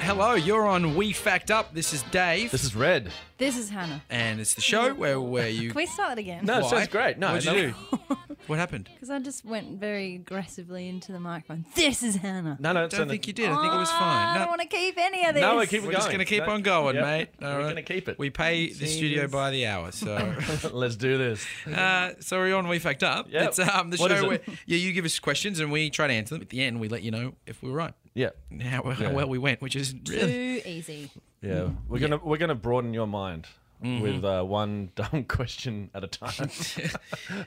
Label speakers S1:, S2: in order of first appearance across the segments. S1: Hello, you're on We Fact Up. This is Dave.
S2: This is red.
S3: This is Hannah.
S1: and it's the show where, where you.
S3: Can we start it again?
S2: No, it
S1: Why?
S2: sounds great. No,
S1: What'd
S2: no.
S1: you do? what happened?
S3: Because I just went very aggressively into the microphone. This is Hannah.
S2: No, no,
S1: I
S2: it's
S1: don't
S2: not-
S1: think you did. I think it was fine.
S3: I don't
S1: No,
S3: want to keep any of this.
S2: No, we Ah, keep
S1: we're
S2: it
S1: just
S2: going.
S1: going to keep
S2: No.
S1: on going,
S2: Yep.
S1: mate.
S2: We're gonna keep it.
S1: We pay the studio
S3: Jesus.
S1: by the hour, so.
S2: Let's do this.
S1: Uh, so we're on We Fact Up.
S2: Yep.
S1: It's um, the
S2: What is
S1: show
S2: it?
S1: where yeah, you give us questions and we try to answer them. At the end, we let you know if we were right,
S2: Yeah,
S1: and how, well-
S2: Yeah.
S1: how well we went, which is really
S3: Too easy.
S2: yeah. We're gonna we're gonna broaden your mind
S1: Mm-hmm.
S2: with uh, one dumb question at a time.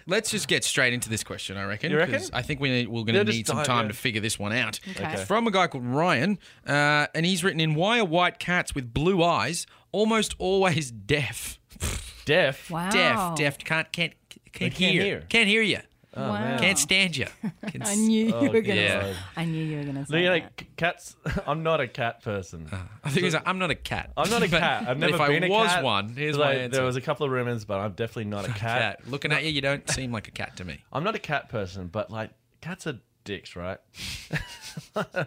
S1: Let's just get straight into this question, I reckon.
S2: You reckon?
S1: 'cause I think we need, we're
S2: Yeah,
S1: going to
S2: just
S1: need some
S2: dive
S1: time
S2: in.
S1: to figure this one out.
S3: Okay. Okay.
S1: It's from a guy called Ryan, uh, and he's written in Why are white cats with blue eyes almost always deaf?
S2: Deaf.
S3: Wow.
S1: Deaf, deaf, can't, can't, can't,
S2: can't
S1: hear.
S2: hear.
S1: Can't hear you.
S2: Oh,
S3: Wow.
S2: man.
S1: Can't stand you. Can
S3: I knew you were gonna.
S1: Oh, yeah.
S3: Say, I knew you were gonna
S2: Look,
S3: say
S2: you know,
S3: that.
S2: c- cats. I'm not a cat person.
S1: I think he's like, I'm not a cat.
S2: I'm not a
S1: Uh. But-
S2: cat. I've
S1: but
S2: never
S1: if
S2: been
S1: I
S2: a
S1: was
S2: cat.
S1: one, here's
S2: Like,
S1: my answer.
S2: There was a couple of rumors, but I'm definitely not a cat.
S1: cat. Looking at you, you don't seem like a cat to me.
S2: I'm not a cat person, but like cats are dicks, right?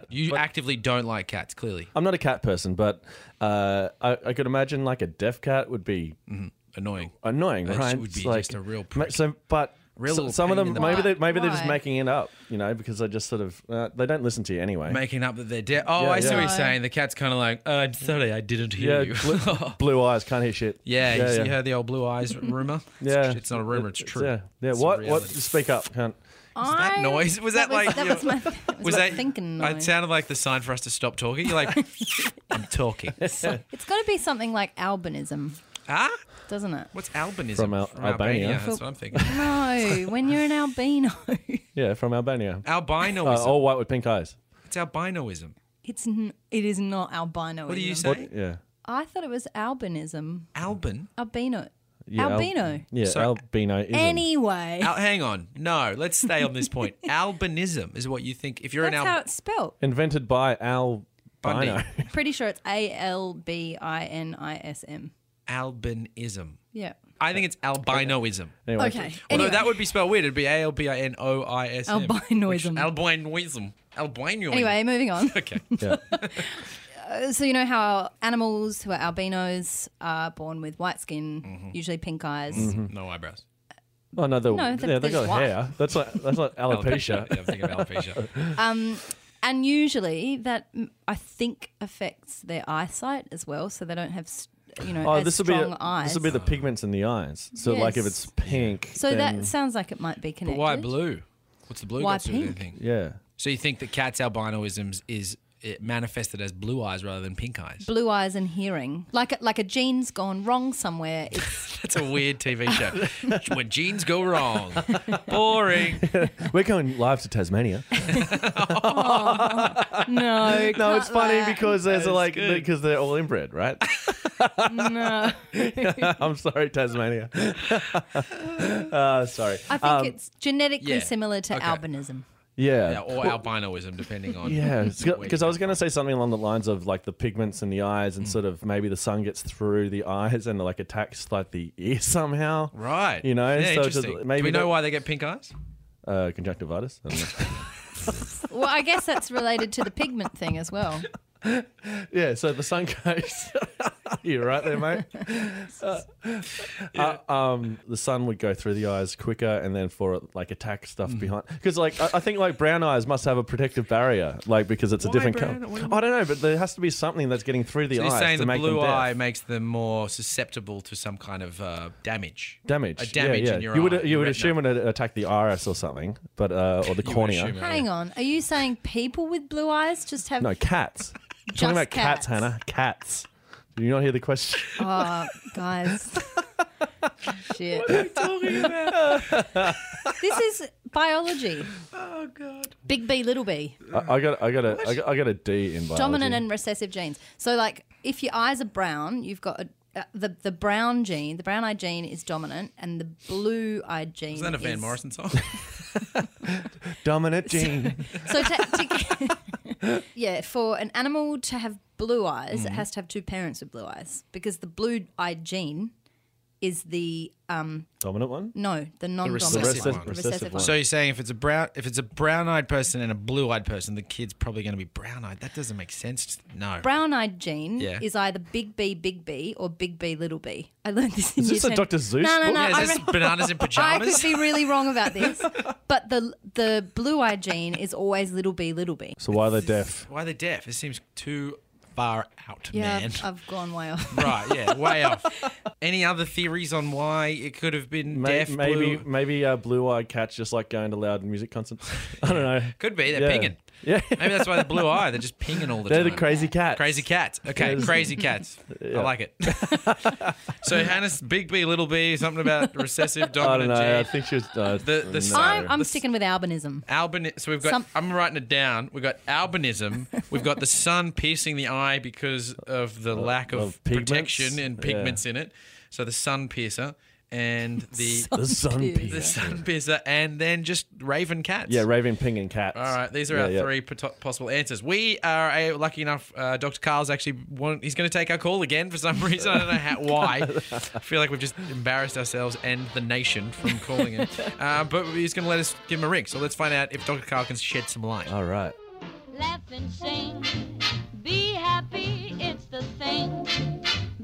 S1: You actively don't like cats, clearly.
S2: I'm not a cat person, but uh, I, I could imagine like a deaf cat would be
S1: Annoying.
S2: annoying,
S1: That
S2: right?
S1: would
S2: It's
S1: be
S2: like,
S1: just a real
S2: ma-
S1: prick.
S2: So, but
S1: Real
S2: so-
S1: little
S2: some of
S1: pain in
S2: them
S1: the
S2: maybe
S3: butt.
S2: they maybe they're just
S3: Why?
S2: making it up, you know, because they just sort of uh, they don't listen to you anyway.
S1: Making up that they're deaf. Oh,
S2: Yeah,
S1: I see
S2: yeah.
S1: what you're
S3: No.
S1: saying. The cat's kind of like, oh, I'm sorry, I didn't hear
S2: yeah,
S1: you. Oh,
S2: bl- blue eyes can't hear shit.
S1: Yeah, you,
S2: yeah,
S1: you heard the old blue eyes rumor.
S2: Yeah.
S1: it's, not a rumor; it's true.
S2: Yeah, yeah.
S1: It's a
S2: what? What?
S1: reality.
S2: Speak up, cunt.
S1: that
S3: I-
S1: noise? Was that like
S3: that
S1: your-
S3: was my, that was my thinking
S1: I- It
S3: noise?
S1: sounded like the sign for us to stop talking. You're like, I'm talking.
S3: it's got to be something like albinism,
S1: ah,
S3: doesn't it?
S1: what's albinism
S2: From Al- Albania.
S1: That's what I'm thinking.
S3: No, when you're an albino,
S2: Yeah, from Albania. Uh,
S1: Albinoism.
S2: all white with pink eyes.
S1: It's albinoism.
S3: it's n- it is not albino.
S1: What do you say?
S2: What? Yeah.
S3: I thought it was albinism.
S1: Albin.
S3: Albino.
S2: yeah al-
S3: albino.
S2: yeah,
S1: So-
S2: albino.
S3: Anyway,
S1: Al- hang on. No, let's stay on this point. Albinism is what you think. If you're
S3: that's
S1: an
S3: how
S1: al-
S3: it's spelled.
S2: invented by Al.
S1: Bundy.
S2: Bino.
S3: Pretty sure it's A L B I N I S M.
S1: albinism,
S3: Yeah.
S1: I think it's albinoism.
S2: Anyway,
S3: Okay.
S1: Although
S3: Anyway,
S1: that would be spelled weird. It'd be A L B I N O I S M.
S3: Albinoism.
S1: Albinoism. Albinoism.
S3: anyway, moving on.
S1: Okay.
S2: Yeah.
S3: so you know how animals who are albinos are born with white skin,
S2: Mm-hmm.
S3: usually pink eyes.
S1: No eyebrows.
S2: Oh no, they're,
S3: No, they're-
S2: yeah, they
S3: they're
S2: got
S3: white.
S2: hair. That's not that's not alopecia.
S1: Yeah, I'm thinking of alopecia.
S3: And usually that mm, I think affects their eyesight as well, so they don't have s- you know as
S2: Oh, this will be
S3: strong
S2: the-
S3: eyes.
S2: this will be the pigments in the eyes. So like if
S3: Yes.
S2: it's pink,
S3: so
S2: then,
S3: that sounds like it might be
S1: But
S3: connected.
S1: why blue? What's the blue
S3: Why
S1: got to do with
S3: pink?
S1: anything?
S2: yeah,
S1: So you think that cats' albinoisms is it manifested as blue eyes rather than pink eyes?
S3: Blue eyes and hearing, like a, like a gene's gone wrong somewhere. It's
S1: That's a weird TV show. when genes go wrong. Boring.
S2: we're going live to Tasmania.
S3: no,
S2: no, it's
S3: cut
S2: funny
S3: that.
S2: because there's
S1: That's
S2: like
S1: good.
S2: because they're all inbred, right?
S3: no.
S2: I'm sorry, Tasmania. uh, sorry.
S3: I think it's genetically
S1: Um, yeah.
S3: similar to
S1: Okay.
S3: albinism.
S2: yeah.
S1: Yeah, or albinoism, depending on.
S2: yeah,
S1: where
S2: because
S1: you
S2: I was going to say something along the lines of like the pigments in the eyes, and sort of maybe the sun gets through the eyes and like attacks like the ear somehow.
S1: Right.
S2: You know,
S1: Yeah,
S2: so just
S1: interesting.
S2: maybe
S1: Do we know
S2: that-
S1: why they get pink eyes?
S2: Uh, conjunctivitis. I don't know.
S3: Well, I guess that's related to the pigment thing as well.
S2: Yeah, so the sun goes. You're right there, mate. Uh, uh, um, the sun would go through the eyes quicker, and then for like attack stuff
S1: Mm.
S2: behind. Because like I, I think like brown eyes must have a protective barrier, like because it's
S1: Why
S2: a different
S1: brown?
S2: color.
S1: What do you
S2: I don't know, but there has to be something that's getting through the
S1: So
S2: eyes
S1: you're saying
S2: to
S1: the
S2: make
S1: blue
S2: them deaf.
S1: eye makes them more susceptible to some kind of uh, damage.
S2: damage.
S1: A damage
S2: yeah, yeah.
S1: in your
S2: you would
S1: eye,
S2: you
S1: your
S2: would
S1: retina.
S2: assume it would attack the iris or something, but uh, or the
S1: You would
S2: cornea.
S1: assume it,
S3: Hang on, are you saying people with blue eyes just have?
S2: No, cats. You're
S3: Just
S2: talking about
S3: cats.
S2: Hannah. Cats. Do you not hear the question?
S3: Oh, guys. Shit. This is biology.
S1: Oh god.
S3: Big B, little b.
S2: I, I got I got a I got, I got a D in biology.
S3: Dominant and recessive genes. So, like, if your eyes are brown, you've got a, uh, the the brown gene. The brown eye gene is dominant, and the blue eye gene.
S1: Is that a Van
S3: is-
S1: Morrison song?
S2: dominant gene.
S3: So, to, to, yeah, for an animal
S1: Mm-hmm.
S3: to have blue eyes, it has to have two parents with blue eyes because the blue eye gene is the um,
S2: Dominant one?
S3: no, the
S2: The
S1: recessive
S3: non-dominant
S1: one.
S3: one.
S2: Recessive one.
S1: So you're saying if it's a brown if it's a brown eyed person and a blue eyed person, the kid's probably going to be brown eyed. That doesn't make sense. No.
S3: brown-eyed gene
S1: Yeah.
S3: is either big B, big B, or big B, little B. I learned this in
S2: Is
S3: year
S2: this a
S3: 10.
S2: Dr. Seuss
S3: No, no,
S2: book?
S3: no.
S1: yeah,
S3: I
S1: is this
S3: read-
S1: bananas in
S3: I could
S1: pajamas?
S3: be really wrong about this, but the the blue-eyed gene is always little b, little b.
S2: So why are they deaf?
S1: Why are they deaf? It seems too far out,
S3: Yeah, uh,
S1: man.
S3: I've, I've gone way off.
S1: right, yeah, way off. Any other theories on why it could have been
S2: Ma-
S1: deaf?
S2: maybe
S1: blue?
S2: maybe uh, blue-eyed cats just like going to loud music concerts. I don't know.
S1: could be they're
S2: Yeah.
S1: pinging.
S2: Yeah,
S1: Maybe that's why they're blue eye. They're just pinging all the
S2: they're
S1: time.
S2: the crazy cats.
S1: Crazy cats. Okay,
S2: Uh, Yes.
S1: crazy cats. I like it. so Hannah's big B, little B, something about recessive
S2: I don't
S1: dominant
S2: know. I
S1: gene.
S2: think she was. Uh,
S1: The- the
S2: no.
S1: sign-
S3: I'm, I'm
S1: This-
S3: sticking with albinism.
S1: Albin. So we've got.
S3: Some-
S1: I'm writing it down. We've got albinism. we've got the sun piercing the eye because of the lack of,
S2: of pigments?
S1: protection and
S2: Yeah.
S1: pigments in it. So the sun piercer and the
S2: the sun
S1: the
S2: piece.
S1: sun piercer, and then just raven cats.
S2: Yeah, Raven Ping and cats.
S1: All right, these are
S2: Yeah,
S1: our
S2: yeah.
S1: three pot- possible answers. We are uh, lucky enough. Uh, Dr. Carl's actually want, he's going to take our call again for some reason. I don't know how, why. I feel like we've just embarrassed ourselves and the nation from calling him. uh, but he's going to let us give him a ring. So let's find out if Dr. Carl can shed some light.
S2: All right.
S4: Laugh and sing. Be happy, it's the thing.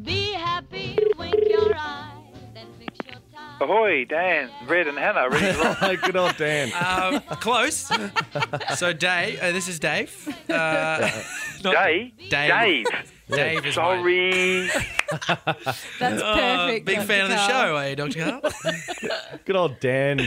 S4: Be happy, wink your eye, then fix your tie.
S5: Ahoy, Dan, Red, and Hannah. Ready to rock.
S2: Good old Dan.
S1: Um, close. so Dave, uh, this is Dave. Uh, not-
S5: Dave.
S1: Dave.
S5: Dave.
S1: Dave is my-
S5: Sorry.
S3: That's
S1: Uh,
S3: perfect.
S1: big
S3: Dr.
S1: fan of the
S3: Carl.
S1: show, are you, Dr. Carl?
S2: Good old Dan.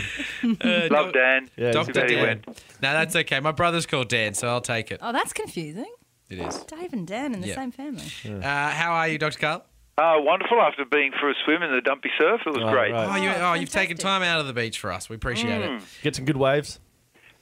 S1: Uh,
S5: Love Dan.
S2: Yeah,
S1: Dr.
S5: very
S1: Dan. No, that's okay. My brother's called Dan, so I'll take it.
S3: Oh, that's confusing.
S1: It is.
S3: Dave and Dan in the
S1: Yeah.
S3: same family.
S1: Uh, how are you, Dr. Carl?
S5: Oh, wonderful after being for a swim in the dumpy surf. It was
S2: Oh,
S5: great.
S2: right.
S1: Oh, you,
S3: Oh,
S1: oh you've taken
S3: fantastic.
S1: time out of the beach for us. We appreciate
S2: Get some good waves.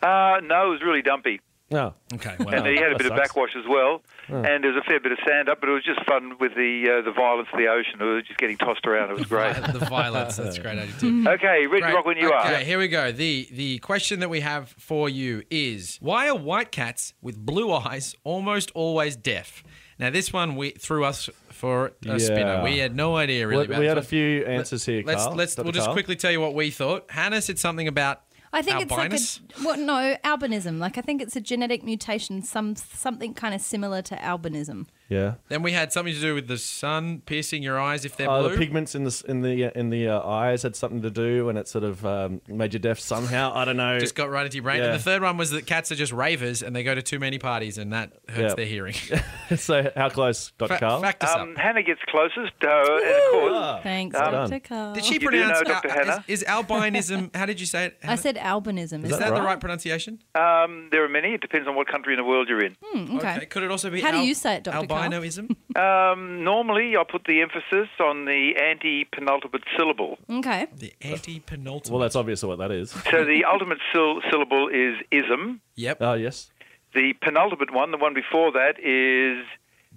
S2: Oh,
S5: Uh, no, it was really dumpy.
S2: No.
S1: it. Okay,
S5: And
S1: well,
S5: he had a
S2: that
S5: bit of
S2: sucks.
S5: backwash as well. And there was a fair bit of sand up, but it was just fun with the uh, the violence of the ocean. It was just getting tossed around. It was great.
S1: the violence. That's a great attitude.
S5: okay, ready to
S1: Great.
S5: rock when Mm. you
S1: okay,
S5: are.
S1: here we go. The the question that we have for you is why are white cats with blue eyes almost always deaf? Now this one we threw us for a spinner.
S2: Yeah.
S1: We had no idea really.
S2: We-
S1: about
S2: we
S1: this
S2: had a
S1: one.
S2: few answers here,
S1: Let's
S2: Carl.
S1: let's
S2: Dr.
S1: we'll just
S2: Carl.
S1: quickly tell you what we thought. Hannah said something about
S3: I think
S1: albinos.
S3: it's like a well, no albinism. Like I think it's a genetic mutation, some something kind of similar to albinism.
S2: Yeah.
S1: Then we had something to do with the sun piercing your eyes if they're
S2: Oh,
S1: blue.
S2: the pigments in the s- in the uh, in the uh, eyes had something to do, and it sort of um, made you deaf somehow. I don't know.
S1: just got right into your brain. And
S2: Yeah.
S1: the third one was that cats are just ravers and they go to too many parties and that hurts
S2: Yeah.
S1: their hearing.
S2: so how close, Dr.
S1: Fa-
S2: Carl?
S1: fact us
S5: Um,
S1: up.
S5: Hannah gets closest. Uh, and of course,
S3: Thanks,
S2: Well
S3: Dr.
S2: done.
S3: Carl.
S1: Did she
S5: You do
S1: pronounce
S5: know, Dr.
S1: uh,
S5: Hannah?
S1: Is, is albinism? How did you say it?
S3: I said albinism.
S1: is
S3: Is
S1: that
S3: that
S1: the right
S2: right?
S1: pronunciation?
S5: um, there are many. It depends on what country in the world you're in.
S3: okay.
S1: Could it also be
S3: How do
S1: al-
S3: you say it, Dr. Carl?
S1: Albinoism?
S2: Hmm.
S5: Um, normally, I put the emphasis on the anti-penultimate syllable.
S3: Okay.
S1: the anti penultimate.
S2: well, that's obvious what that is.
S5: So the ultimate syl- syllable is ism.
S1: Yep.
S2: Oh yes.
S5: The penultimate one, the one before that, is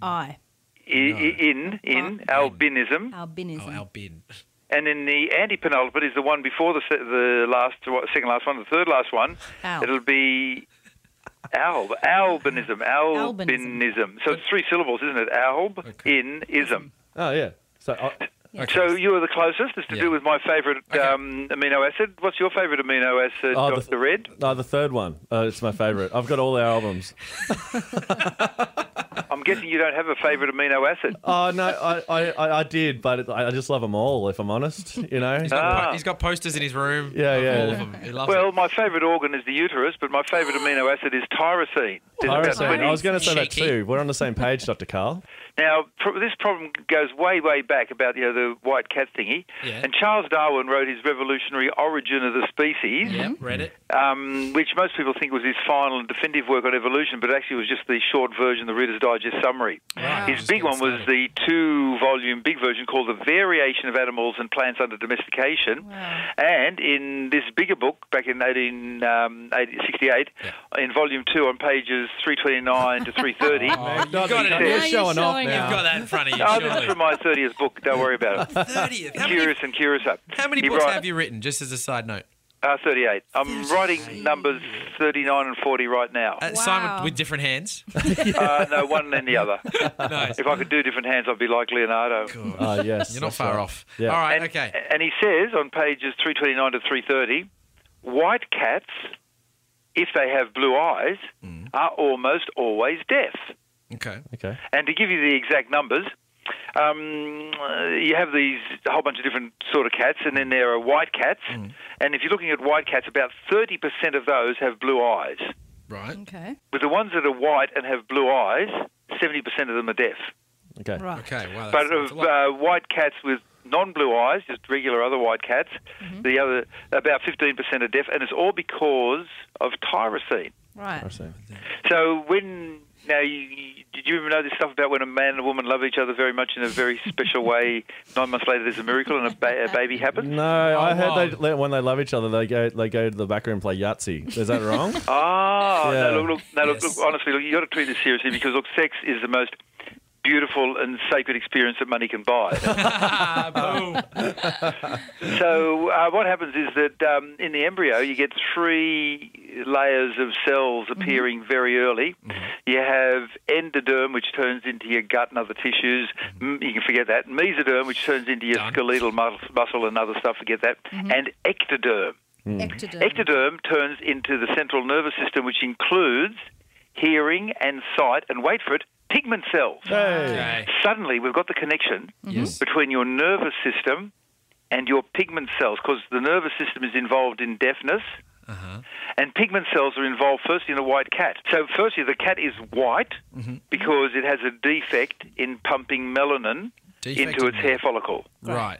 S3: I
S5: I- i- in, in, albinism.
S1: oh,
S3: albinism.
S1: albin.
S5: And then the anti-penultimate is the one before the, se- the last, wa- second last one, the third last one.
S3: Alb.
S5: It'll be alb, albinism, albinism. So it's three syllables, isn't it? Alb,
S1: Okay.
S5: in, ism.
S2: Oh yeah. So uh,
S5: So you are the closest. It's to
S1: Yeah.
S5: do with my favourite
S1: Okay.
S5: um, amino acid. What's your favourite amino acid,
S2: Oh, the-
S5: Dr. Red?
S2: oh, the third one. Uh, it's my favorite. I've got all their albums.
S5: I'm guessing you don't have a favourite amino acid.
S2: Oh no, I I, I, I did, but it, I I just love them all. If I'm honest, you know.
S1: He's got, po-
S5: Ah.
S1: he's got posters in his room.
S2: Yeah,
S1: of
S2: yeah,
S1: All
S2: yeah.
S1: of them. He loves
S5: Well,
S1: it.
S5: my favourite organ is the uterus, but my favourite amino acid is tyrosine. There's about
S2: Tyrosine.
S5: 20
S2: I was going to say that
S1: Cheeky.
S2: too. We're on the same page, Dr. Carl.
S5: Now, pr- this problem goes way, way back about you know, the white cat thingy.
S1: Yeah.
S5: And Charles Darwin wrote his Revolutionary Origin of the Species,
S1: Yep,
S3: Mm-hmm.
S1: read it.
S5: um, which most people think was his final and definitive work on evolution, but actually was just the short version, the Reader's Digest summary.
S1: Wow.
S5: His
S1: Just
S5: big
S1: getting
S5: one was
S1: started.
S5: the two volume big version called The Variation of Animals and Plants Under Domestication.
S3: Wow.
S5: And in this bigger book, back in 1868, in volume two on pages 329 to 330.
S1: Oh, you've
S2: Not-
S1: got it. on- You've
S2: you're
S3: Now you're
S2: showing off
S3: showing
S2: now.
S1: got that in front of you,
S5: Oh, this is
S1: surely.
S5: from my 30th book. Don't worry about it.
S1: 30th. How many,
S5: Curious and Curious Up.
S1: how many
S5: He
S1: books
S5: wrote-
S1: have you written, just as a side note?
S5: Uh, 38. I'm writing numbers 39 and 40 right now.
S1: Uh,
S3: Wow.
S1: Simon with different hands.
S5: Uh, no, one and the other.
S1: nice.
S5: If I could do different hands, I'd be like Leonardo.
S2: Ah, yes.
S1: You're not
S2: that's
S1: far
S2: right.
S1: off.
S2: Yeah.
S1: All right.
S5: And,
S1: okay.
S5: and he says on pages 329 to 330 white cats, if they have blue eyes, are almost always deaf.
S1: Okay.
S2: Okay.
S5: And to give you the exact numbers, um, uh, you have these a whole bunch of different sort of cats, and then there are white cats. And if you're looking at white cats, about 30% of those have blue eyes.
S1: Right.
S3: Okay.
S5: With the ones that are white and have blue eyes, 70% of them are deaf.
S2: Okay.
S3: Right.
S1: Okay. Wow. That's,
S5: But
S1: that's
S5: of
S1: a lot.
S5: uh, white cats with non-blue eyes, just regular other white cats, the other about 15% are deaf, and it's all because of tyrosine.
S3: Right.
S2: I see.
S5: So when now, you, you, did you ever know this stuff about when a man and a woman love each other very much in a very special way? Nine months later, there's a miracle and a, ba- a baby happens.
S2: No, I heard
S1: wow.
S2: they they when they love each other, they go they go to the back room and play Yahtzee. Is that wrong?
S5: Ah,
S2: Yeah.
S5: no, look, look, no, look,
S1: Yes.
S5: look, honestly, look, you got to treat this seriously because look, sex is the most beautiful and sacred experience that money can buy. uh,
S1: Ah, boom.
S5: So uh, what happens is that um, in the embryo, you get three layers of cells appearing very early. You have endoderm, which turns into your gut and other tissues. M- You can forget that. Mesoderm, which turns into your
S1: Done.
S5: skeletal mus- muscle and other stuff. Forget that. And ectoderm.
S3: Ectoderm.
S5: Ectoderm turns into the central nervous system, which includes hearing and sight and wait for it, pigment cells.
S2: hey.
S1: Okay.
S5: Suddenly, we've got the connection
S1: Yes.
S5: between your nervous system and your pigment cells because the nervous system is involved in deafness.
S1: uh-huh.
S5: And pigment cells are involved firstly in a white cat. So, firstly, the cat is white
S1: Mm-hmm.
S5: because it has a defect in pumping melanin
S1: Defect
S5: into
S1: in
S5: its hair follicle.
S1: Right.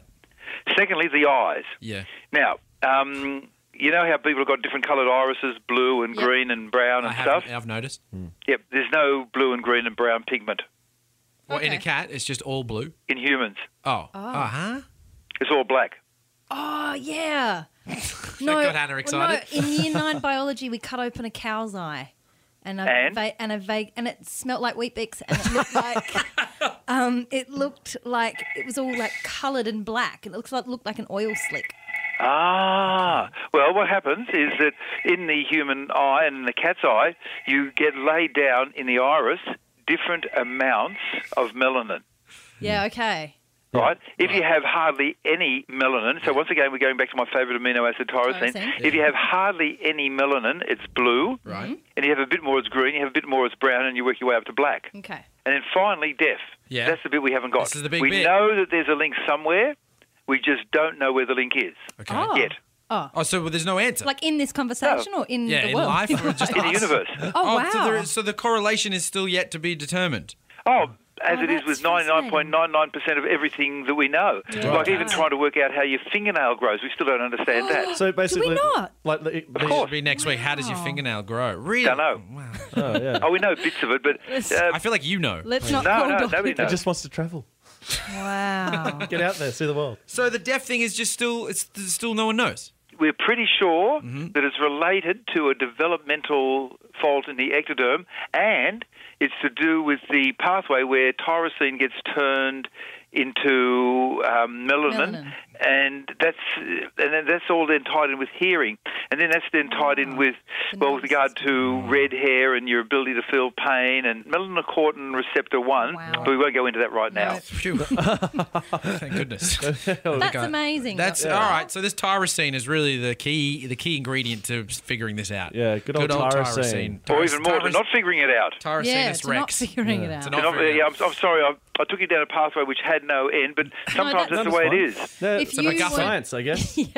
S5: Secondly, the eyes.
S1: Yeah.
S5: Now, um, you know how people have got different coloured irises, blue and
S3: Yep.
S5: green and brown
S1: I
S5: and
S1: have.
S5: stuff?
S1: I've noticed.
S5: Yep, there's no blue and green and brown pigment
S1: Well, in a
S3: Okay.
S1: cat, it's just all blue.
S5: in humans.
S1: Oh. Uh huh.
S5: It's all black.
S3: Oh yeah. No,
S1: got Hannah
S3: well,
S1: excited.
S3: No, in year nine biology, we cut open a cow's eye, and a
S5: And?
S3: va- and a vague, and it smelt like wheat bix, and it looked like, um, it looked like it was all like coloured and black. It looks like looked like an oil slick.
S5: Ah, well, what happens is that in the human eye and in the cat's eye, you get laid down in the iris different amounts of melanin,
S1: Hmm.
S3: Yeah. Okay.
S5: right? If you have hardly any melanin, so once again, we're going back to my favorite amino acid tyrosine.
S3: Tyrosine.
S5: If you have hardly any melanin, it's blue,
S1: Right.
S5: and you have a bit more, it's green, you have a bit more, it's brown, and you work your way up to black.
S3: Okay.
S5: And then finally, deaf.
S1: Yeah.
S5: That's the bit we haven't got.
S1: This is the big
S5: we
S1: bit.
S5: know that there's a link somewhere, we just don't know where the link is
S1: Okay.
S3: Oh.
S5: yet.
S3: Oh,
S1: Oh, so there's no answer.
S3: like in this conversation or in
S1: yeah,
S3: the
S1: in
S3: world?
S1: life or just
S5: Oh. In the
S1: us?
S5: universe.
S3: Oh, wow.
S1: So, there is, so the correlation is still yet to be determined.
S5: Oh, as
S3: Oh,
S5: it is
S3: that's
S5: with 99.99% of everything that we know. Like even trying to work out how your fingernail grows, we still don't understand that.
S2: So basically,
S3: not?
S2: like the,
S5: Of
S2: the-
S1: It
S5: course.
S1: should be next week. How does your
S3: Wow.
S1: fingernail grow? Really?
S5: Don't know.
S1: Wow.
S2: Oh, yeah.
S5: Oh, we know bits of it, but uh,
S1: I feel like you know.
S3: Let's not
S5: No,
S3: call
S5: no,
S3: Dor-
S5: nobody
S2: It
S5: knows.
S2: just wants to travel.
S3: Wow.
S2: Get out there, see the world.
S1: So the deaf thing is just still it's there's still no one knows.
S5: we're pretty sure
S3: Mm-hmm.
S5: that it's related to a developmental fault in the ectoderm, and it's to do with the pathway where tyrosine gets turned into um, melanin,
S3: Melanin.
S5: and that's and then that's all then tied in with hearing, and then that's then tied in with well with
S3: Ah, nervous
S5: regard to red hair and your ability to feel pain and melanocortin receptor one,
S3: Wow.
S5: but we won't go into that right now.
S1: Phew. Thank goodness.
S3: That's
S1: Okay.
S3: amazing.
S1: That's
S3: Doctor.
S1: all right. So this tyrosine is really the key the key ingredient to figuring this out.
S2: Yeah, good old tyrosine.
S5: Or
S1: Tyros-
S5: even more,
S1: tyros-
S5: not figuring it out.
S1: Tyrosinus
S3: Yeah, it's not
S1: rex.
S3: figuring it out.
S1: It's
S5: And
S1: not
S5: I'm-
S1: figuring
S5: yeah,
S1: it out.
S5: I'm, I'm sorry, I, I took you down a pathway which had no end, but sometimes
S3: that-
S5: that's the
S2: That
S5: way it
S2: was fun.
S5: is.
S2: Yeah,
S3: If
S2: it's
S3: you
S2: about
S1: were-
S2: science, I guess.
S3: yeah.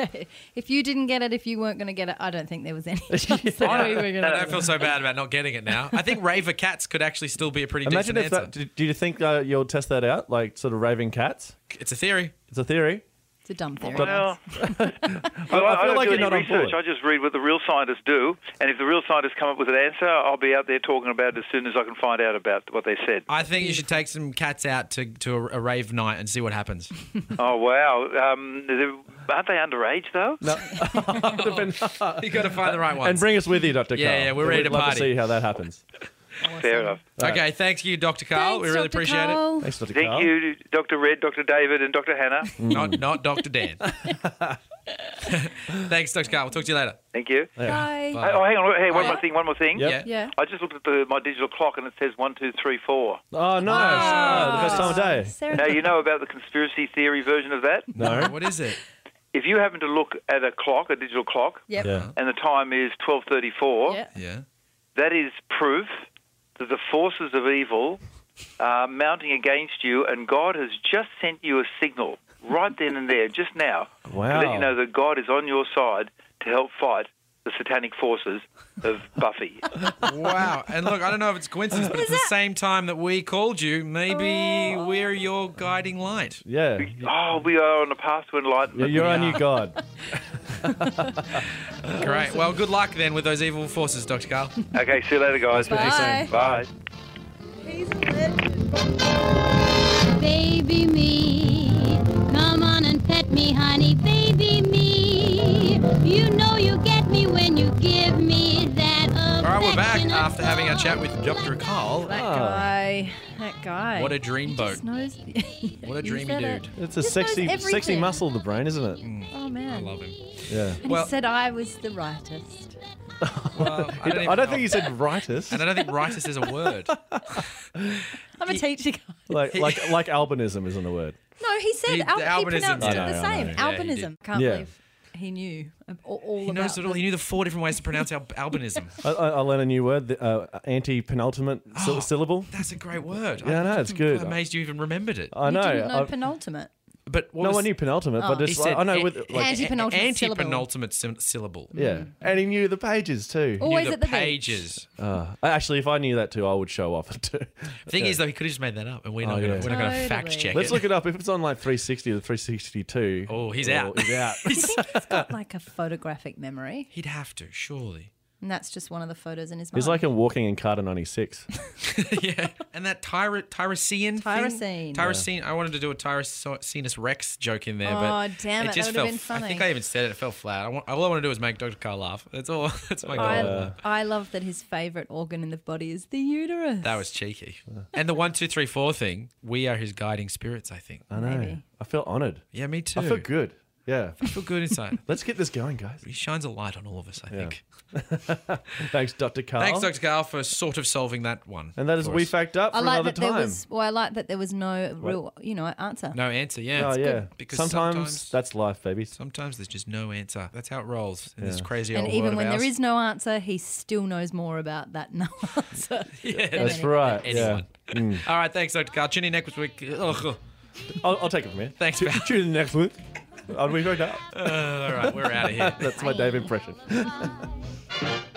S3: If you didn't get it, if you weren't going to get it, I don't think there was any chance that we were going
S1: I
S3: to.
S1: don't feel so bad about not getting it now. I think Raver Cats could actually still be a pretty
S2: Imagine if
S1: decent
S2: that.
S1: answer.
S2: Do do you think uh, you'll test that out, like sort of raving cats?
S1: It's a theory.
S2: It's a theory.
S3: It's a dumb theory.
S5: Well,
S2: I,
S5: I,
S2: feel
S5: don't
S2: like you're
S5: do any
S2: not on
S5: research.
S2: board.
S5: I just read what the real scientists do, and if the real scientists come up with an answer, I'll be out there talking about it as soon as I can find out about what they said.
S1: I think you should take some cats out to, to a, a rave night and see what happens.
S5: oh wow! Um, they- aren't they underage though?
S1: you got to find the right ones.
S2: And bring us with you, Dr.
S1: Yeah,
S2: Carl.
S1: yeah, we're ready
S2: We'd
S1: to
S2: love
S1: party.
S2: to see how that happens.
S5: Fair enough.
S1: Okay, thanks you, Dr. Carl. we really appreciate
S3: Carl.
S2: Thanks, Dr.
S5: Thank
S2: Carl.
S5: you, Dr. Red, Dr. David, and Dr. Hannah.
S1: it. Not not Dr. Dan. thanks, Dr. Carl. We'll talk to you later.
S5: Thank you.
S3: Bye.
S1: Bye.
S5: Hey, oh, hang on. Hey, one
S1: yeah.
S5: more thing. One more thing.
S2: Uh, Yep.
S1: Yeah.
S3: Yeah.
S5: I just looked at the, my digital clock and it says one, two, three, four.
S2: Oh, nice. Oh, the best time of day.
S3: Sarah.
S5: Now you know about the conspiracy theory version of that.
S1: Oh,
S2: No.
S1: What is it?
S5: If you happen to look at a clock, a digital clock,
S3: Yep.
S2: Yeah.
S5: and the time is twelve thirty-four,
S3: Yeah.
S1: Yeah.
S5: that is proof that the forces of evil are mounting against you, and God has just sent you a signal right then and there, just now, to let
S2: Wow.
S5: you know that God is on your side to help fight the satanic forces of Buffy.
S1: Wow. And look, I don't know if it's coincidence, but it's the same time that we called you. Maybe
S3: Oh.
S1: we're your guiding light.
S2: Yeah.
S5: oh, we are on a path to
S2: Yeah,
S5: enlightenment.
S2: You're our new god.
S1: Great. Well, good luck then with those evil forces, Dr. Carl.
S5: Okay, see you later, guys.
S3: Bye.
S5: Bye.
S4: Baby me, come on and pet me, honey. Baby me, you know you get me when you give me that
S1: All right, we're back after having our chat with Dr. Carl.
S3: That guy. That guy.
S1: What a dreamboat.
S3: Just knows-
S1: What a
S3: You
S1: dreamy
S3: said it.
S1: dude.
S2: It's a
S3: Just knows
S2: sexy, sexy
S3: everything.
S2: muscle of the brain, isn't
S3: Oh man.
S1: I love him.
S2: it? Yeah.
S3: And
S1: Well-
S3: he said I was the rightest.
S1: Well, I don't, even
S2: I don't
S1: know-
S2: think he said rightus.
S1: And I don't think rightus is a word.
S3: I'm a teacher. guy.
S2: like, like, like albinism isn't a word.
S3: No, he said
S1: He-
S3: al- he
S1: albinism,
S3: pronounced
S2: yeah.
S3: it the
S2: I know, I
S3: same.
S2: know.
S1: Yeah, he did.
S3: Albinism. Can't
S2: Yeah.
S3: believe he knew ab- all, all
S1: He
S3: about.
S1: knows it all. He knew the four different ways to pronounce al- albinism.
S2: I, I, I learned a new word, the, uh, anti-penultimate syl- syllable.
S1: That's a great word.
S2: Yeah, I know, it's good.
S1: I'm amazed you even remembered it.
S2: I
S3: You
S2: know.
S3: didn't know Oh.
S2: I,
S3: penultimate.
S1: But what
S2: no,
S1: was,
S2: I knew penultimate, but
S1: He
S2: just
S1: said
S2: I, I know
S1: an-
S2: with like
S1: an-
S3: Anti-penultimate syllable.
S1: anti-penultimate sym- syllable.
S2: yeah,
S3: Hmm.
S2: and he knew the pages too.
S1: Knew
S3: Always
S1: the
S3: at the beach.
S1: pages.
S2: Uh, actually, if I knew that too, I would show off too.
S1: Thing is, though, he could have just made that up, and we're not
S2: Oh,
S1: going
S2: yeah.
S1: to
S3: Totally.
S1: fact check
S2: Let's
S1: it.
S2: look it up. If it's on like 360 or 362,
S1: Oh, he's out.
S2: He's out.
S3: He's got like a photographic memory,
S1: He'd have to, surely.
S3: and that's just one of the photos in his mind.
S2: he's like a walking Encarta 96.
S1: yeah. And that tyra, tyrosine
S3: Tyrosine.
S1: thing? Tyrosine. I wanted to do a Tyrosinus Rex joke in there, but
S3: Oh, damn it,
S1: it just
S3: that
S1: fell.
S3: would've been
S1: I think
S3: funny.
S1: I even said it. It fell flat. I want, all I want to do is make Dr. Carl laugh. That's all. That's my goal.
S3: Oh, I,
S2: uh,
S3: I love that his favorite organ in the body is the uterus.
S1: that was cheeky. And the one, two, three, four thing. We are his guiding spirits. I think.
S2: I know.
S3: Maybe.
S2: I feel honoured.
S1: Yeah, me too.
S2: I feel good. Yeah.
S1: I feel good inside.
S2: Let's get this going, guys.
S1: he shines a light on all of us. I think.
S2: Thanks, Dr. Carl.
S1: Thanks, Dr. Carl, for sort of solving that one.
S2: And that is
S1: for
S2: we
S1: us.
S2: fact up for
S3: I like
S2: another
S3: that
S2: time.
S3: there was. Well, I like that there was no real, you know, answer.
S1: No answer. Yeah.
S2: oh
S1: It's
S2: yeah.
S1: good, Because
S2: sometimes,
S1: sometimes.
S2: that's life, baby.
S1: Sometimes there's just no answer. That's how it rolls in this
S2: Yeah.
S1: crazy
S3: and
S1: old world
S3: even
S1: of
S3: when there
S1: ours.
S3: is no answer, he still knows more about that no answer.
S1: yeah,
S2: That's right. Yeah. Mm.
S1: anyone. All right, thanks, Dr. Carl. Tune in next week. Ugh.
S2: I'll, I'll take it from here.
S1: Thanks,
S2: Tune
S1: pal.
S2: tune in next week. Are we going up?
S1: All right, we're out of here.
S2: That's my Dave impression.
S4: after.